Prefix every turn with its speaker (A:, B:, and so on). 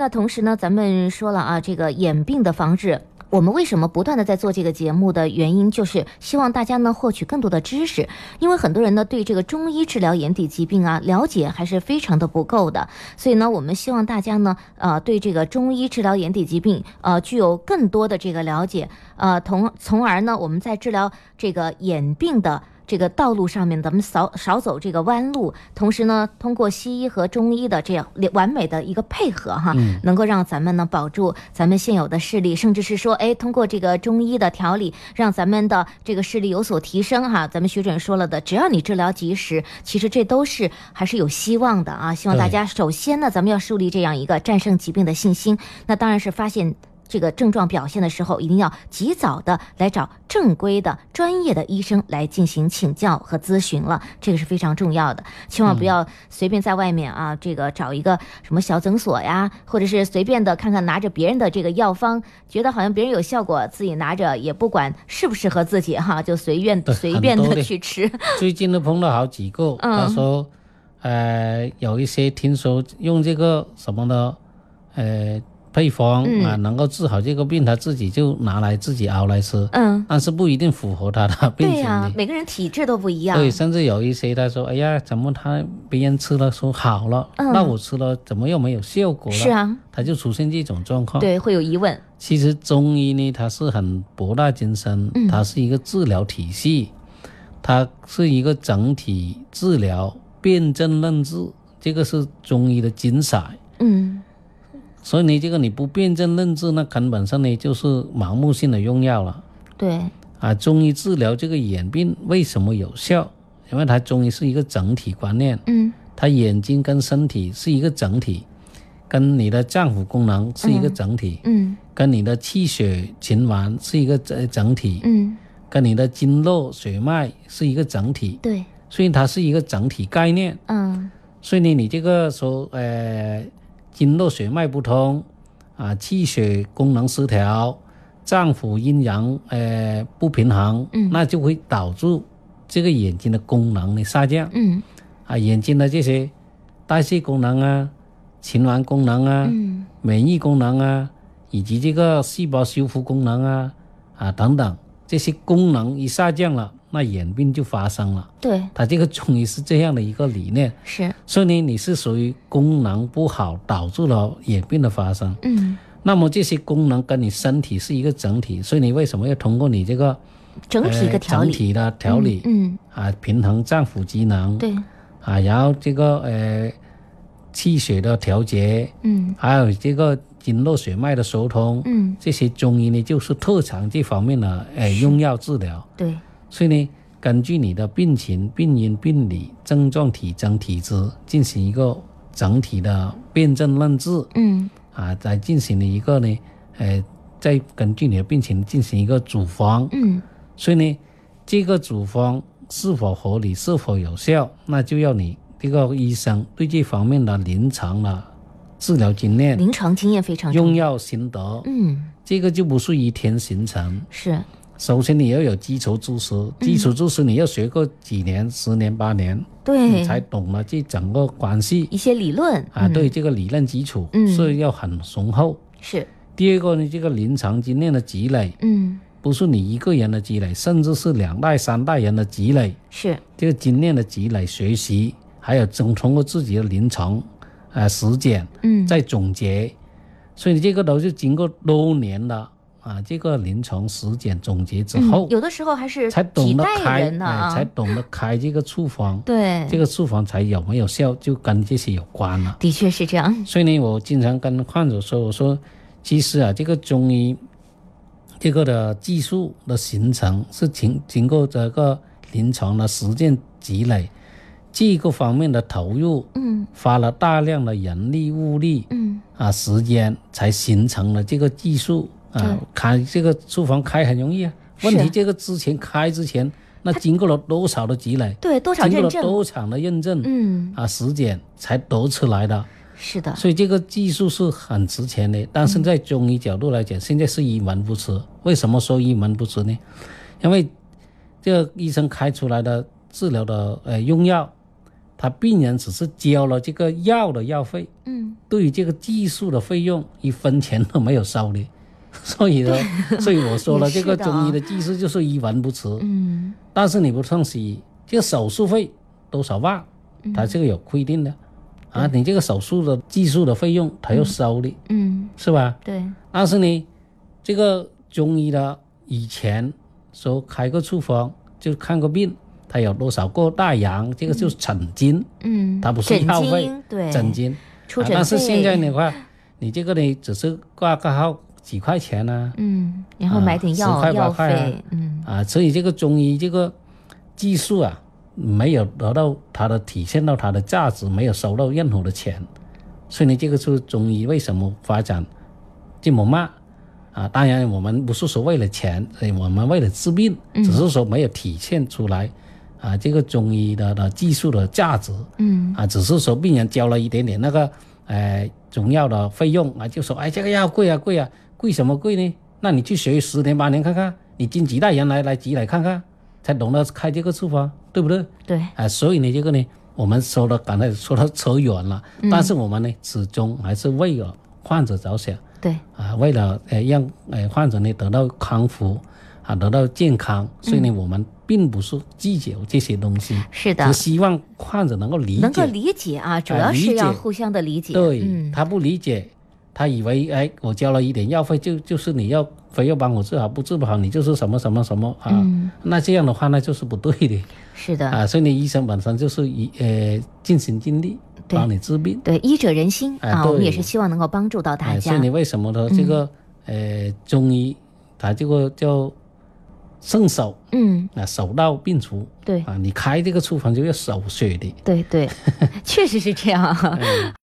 A: 那同时呢，咱们说了啊，这个眼病的防治。我们为什么不断的在做这个节目的原因，就是希望大家呢获取更多的知识，因为很多人呢对这个中医治疗眼底疾病啊了解还是非常的不够的，所以呢，我们希望大家呢，呃，对这个中医治疗眼底疾病，呃，具有更多的这个了解，呃，同从而呢，我们在治疗这个眼病的。这个道路上面，咱们少少走这个弯路，同时呢，通过西医和中医的这样完美的一个配合哈，能够让咱们呢保住咱们现有的视力，甚至是说，哎，通过这个中医的调理，让咱们的这个视力有所提升哈。咱们学准说了的，只要你治疗及时，其实这都是还是有希望的啊。希望大家首先呢，咱们要树立这样一个战胜疾病的信心，那当然是发现。这个症状表现的时候，一定要及早的来找正规的、专业的医生来进行请教和咨询了，这个是非常重要的。千
B: 嗯
A: 万不要随便在外面啊，这个找一个什么小诊所呀，或者是随便的看看拿着别人的这个药方，觉得好像别人有效果，自己拿着也不管适不适合自己哈，就随便
B: 对
A: 随便
B: 很多
A: 的
B: 的
A: 去吃。
B: 最近都碰到好几个，
A: 嗯
B: 他说，呃，有一些听说用这个什么的，呃，配方
A: 嗯
B: 啊，能够治好这个病，他自己就拿来自己熬来吃，
A: 嗯，
B: 但是不一定符合他的病
A: 对
B: 情
A: 呀、
B: 的。
A: 每个人体质都不一样。
B: 对，甚至有一些他说，哎呀，怎么他别人吃了说好了，
A: 嗯
B: 那我吃了怎么又没有效果了？
A: 是啊，
B: 他就出现这种状况。
A: 对，会有疑问。
B: 其实中医呢，它是很博大精深，
A: 嗯
B: 它是一个治疗体系，它是一个整体治疗、辨证论治，这个是中医的精彩。
A: 嗯，
B: 所以呢，这个你不辨证论治，那根本上呢就是盲目性的用药了
A: 对，
B: 啊！中医治疗这个眼病为什么有效？因为它中医是一个整体观念，
A: 嗯
B: 它眼睛跟身体是一个整体，跟你的脏腑功能是一个整体。
A: 嗯
B: 跟你的气血循环是一个整整体，
A: 嗯，
B: 跟你的经络血脉是一个整体，
A: 对，
B: 所以它是一个整体概念。
A: 嗯
B: 所以呢，你这个说呃经络血脉不通啊，气血功能失调，脏腑阴阳呃不平衡，
A: 嗯
B: 那就会导致这个眼睛的功能的下降
A: 嗯
B: 啊，眼睛的这些代谢功能啊、循环功能啊。
A: 嗯
B: 免疫功能啊，以及这个细胞修复功能啊啊等等这些功能一下降了，那眼病就发生了。
A: 对，
B: 它这个中医是这样的一个理念，
A: 是，
B: 所以呢，你是属于功能不好导致了眼病的发生。
A: 嗯，
B: 那么这些功能跟你身体是一个整体，所以你为什么要通过你这个
A: 整体一
B: 呃
A: 个调
B: 整
A: 理，
B: 体的调理、
A: 嗯，
B: 啊，平衡脏腑机能
A: 嗯对，
B: 啊，然后这个呃气血的调节，
A: 嗯
B: 还有这个经络血脉的疏通，
A: 嗯，
B: 这些中医呢就是特长这方面的呃用药治疗。
A: 对，
B: 所以呢，根据你的病情、病因、病理、症状、体征、体质，进行一个整体的辨证论治
A: 嗯
B: 啊，再进行了一个呢，呃，再根据你的病情进行一个处方。
A: 嗯
B: 所以呢，这个处方是否合理、是否有效，那就要你这个医生对这方面的临床的治疗经验。
A: 临床经验非常重
B: 用
A: 要，
B: 药心得，
A: 嗯，
B: 这个就不是一天形成。
A: 是，
B: 首先你要有基础知识，
A: 嗯
B: 基础知识你要学过几年、十年、八年，你
A: 对，
B: 嗯才懂了这整个关系
A: 一些理论
B: 啊。
A: 嗯
B: 对这个理论基础
A: 嗯
B: 是要很雄厚。
A: 是，
B: 第二个呢，这个临床经验的积累，
A: 嗯
B: 不是你一个人的积累，甚至是两代、三代人的积累。
A: 是，
B: 这个经验的积累、学习，还有总通过自己的临床，呃，实践，
A: 嗯
B: 再总结，所以这个都是经过多年的啊，这个临床实践总结之
A: 嗯
B: 后，
A: 有的时候还是
B: 才
A: 几
B: 懂得
A: 代
B: 开，
A: 人呢
B: 哎
A: 啊嗯
B: 才，懂得开这个处方，
A: 对，
B: 这个处方才有没有效，就跟这些有关了。
A: 的确是这样，
B: 所以呢，我经常跟患者说，我说，其实啊，这个中医这个的技术的形成是经经过这个临床的实践积累，这个方面的投入，
A: 嗯
B: 花了大量的人力物力，
A: 嗯
B: 啊时间才形成了这个技术啊
A: 对。
B: 开这个处方开很容易啊，
A: 是
B: 问题这个之前开之前，那经过了多少的积累，
A: 对，多少
B: 经过
A: 认
B: 了
A: 证，
B: 多场的认证、
A: 嗯，
B: 啊实践才得出来的。
A: 是的，
B: 所以这个技术是很值钱的，但是在中医角度来讲，现在是一文不值。为什么说一文不值呢？因为这个医生开出来的治疗的呃用药，他病人只是交了这个药的药费，
A: 嗯，
B: 对于这个技术的费用一分钱都没有收的。 所以呢，所以我说了，
A: 也是
B: 这个
A: 的
B: 中医
A: 啊
B: 的技术就是一文不值。
A: 嗯
B: 但是你不上西医，这个手术费多少万，
A: 嗯
B: 它这个有规定的。啊，你这个手术的技术的费用，它要收的，
A: 嗯，
B: 是吧？
A: 对，
B: 但是呢，这个中医的以前说开个处方就看个病，他有多少个大洋，这个就是诊金，
A: 嗯，
B: 它不是
A: 诊
B: 药费
A: 金，对，
B: 诊金。
A: 出
B: 啊
A: 诊
B: 但是现在
A: 费
B: 的话，你这个呢，只是挂个号几块钱呢、
A: 嗯，然后
B: 啊
A: 买点
B: 10
A: 药
B: 块
A: 药
B: 8块啊
A: 费，嗯
B: 啊，所以这个中医这个技术啊，没有得到它的体现到它的价值，没有收到任何的钱，所以呢，这个是中医为什么发展这么慢啊？当然，我们不是说为了钱，所以我们为了治病，只是说没有体现出来啊，这个中医的的技术的价值
A: 嗯
B: 啊，只是说病人交了一点点那个呃中药的费用啊，就说哎这个药贵啊贵啊，贵什么贵呢？那你去学十年八年看看，你近几代人来来积累看看，才懂得开这个处方，对不对？
A: 对，
B: 啊，所以呢这个呢，我们说的刚才 说的扯远了，
A: 嗯
B: 但是我们呢始终还是为了患者着想
A: 对，
B: 啊，为了呃让呃患者呢得到康复啊，得到健康，所以呢我们并不是拒绝这些东西。
A: 嗯是
B: 只
A: 的，
B: 希望患者能够理解，
A: 能够理解啊，主
B: 啊
A: 要
B: 理
A: 是要
B: 解
A: 互相的理解，
B: 对、
A: 嗯
B: 他不理解，他以为哎，我交了一点药费，就就是你要非要帮我治好，不治不好，你就是什么什么什么啊。
A: 嗯，
B: 那这样的话，那就是不对的
A: 是的，
B: 啊。所以呢，医生本身就是以呃尽心尽力
A: 对
B: 帮你治病。
A: 对，医者仁心
B: 哎
A: 啊，我们也
B: 对
A: 是希望能够帮助到大
B: 哎，所以
A: 家。
B: 你为什么呢？这个、
A: 嗯
B: 呃中医，它这个叫圣手
A: 嗯，
B: 啊，手到病除
A: 对
B: 啊，你开这个处方就要手写的。
A: 对对，确实是这样啊。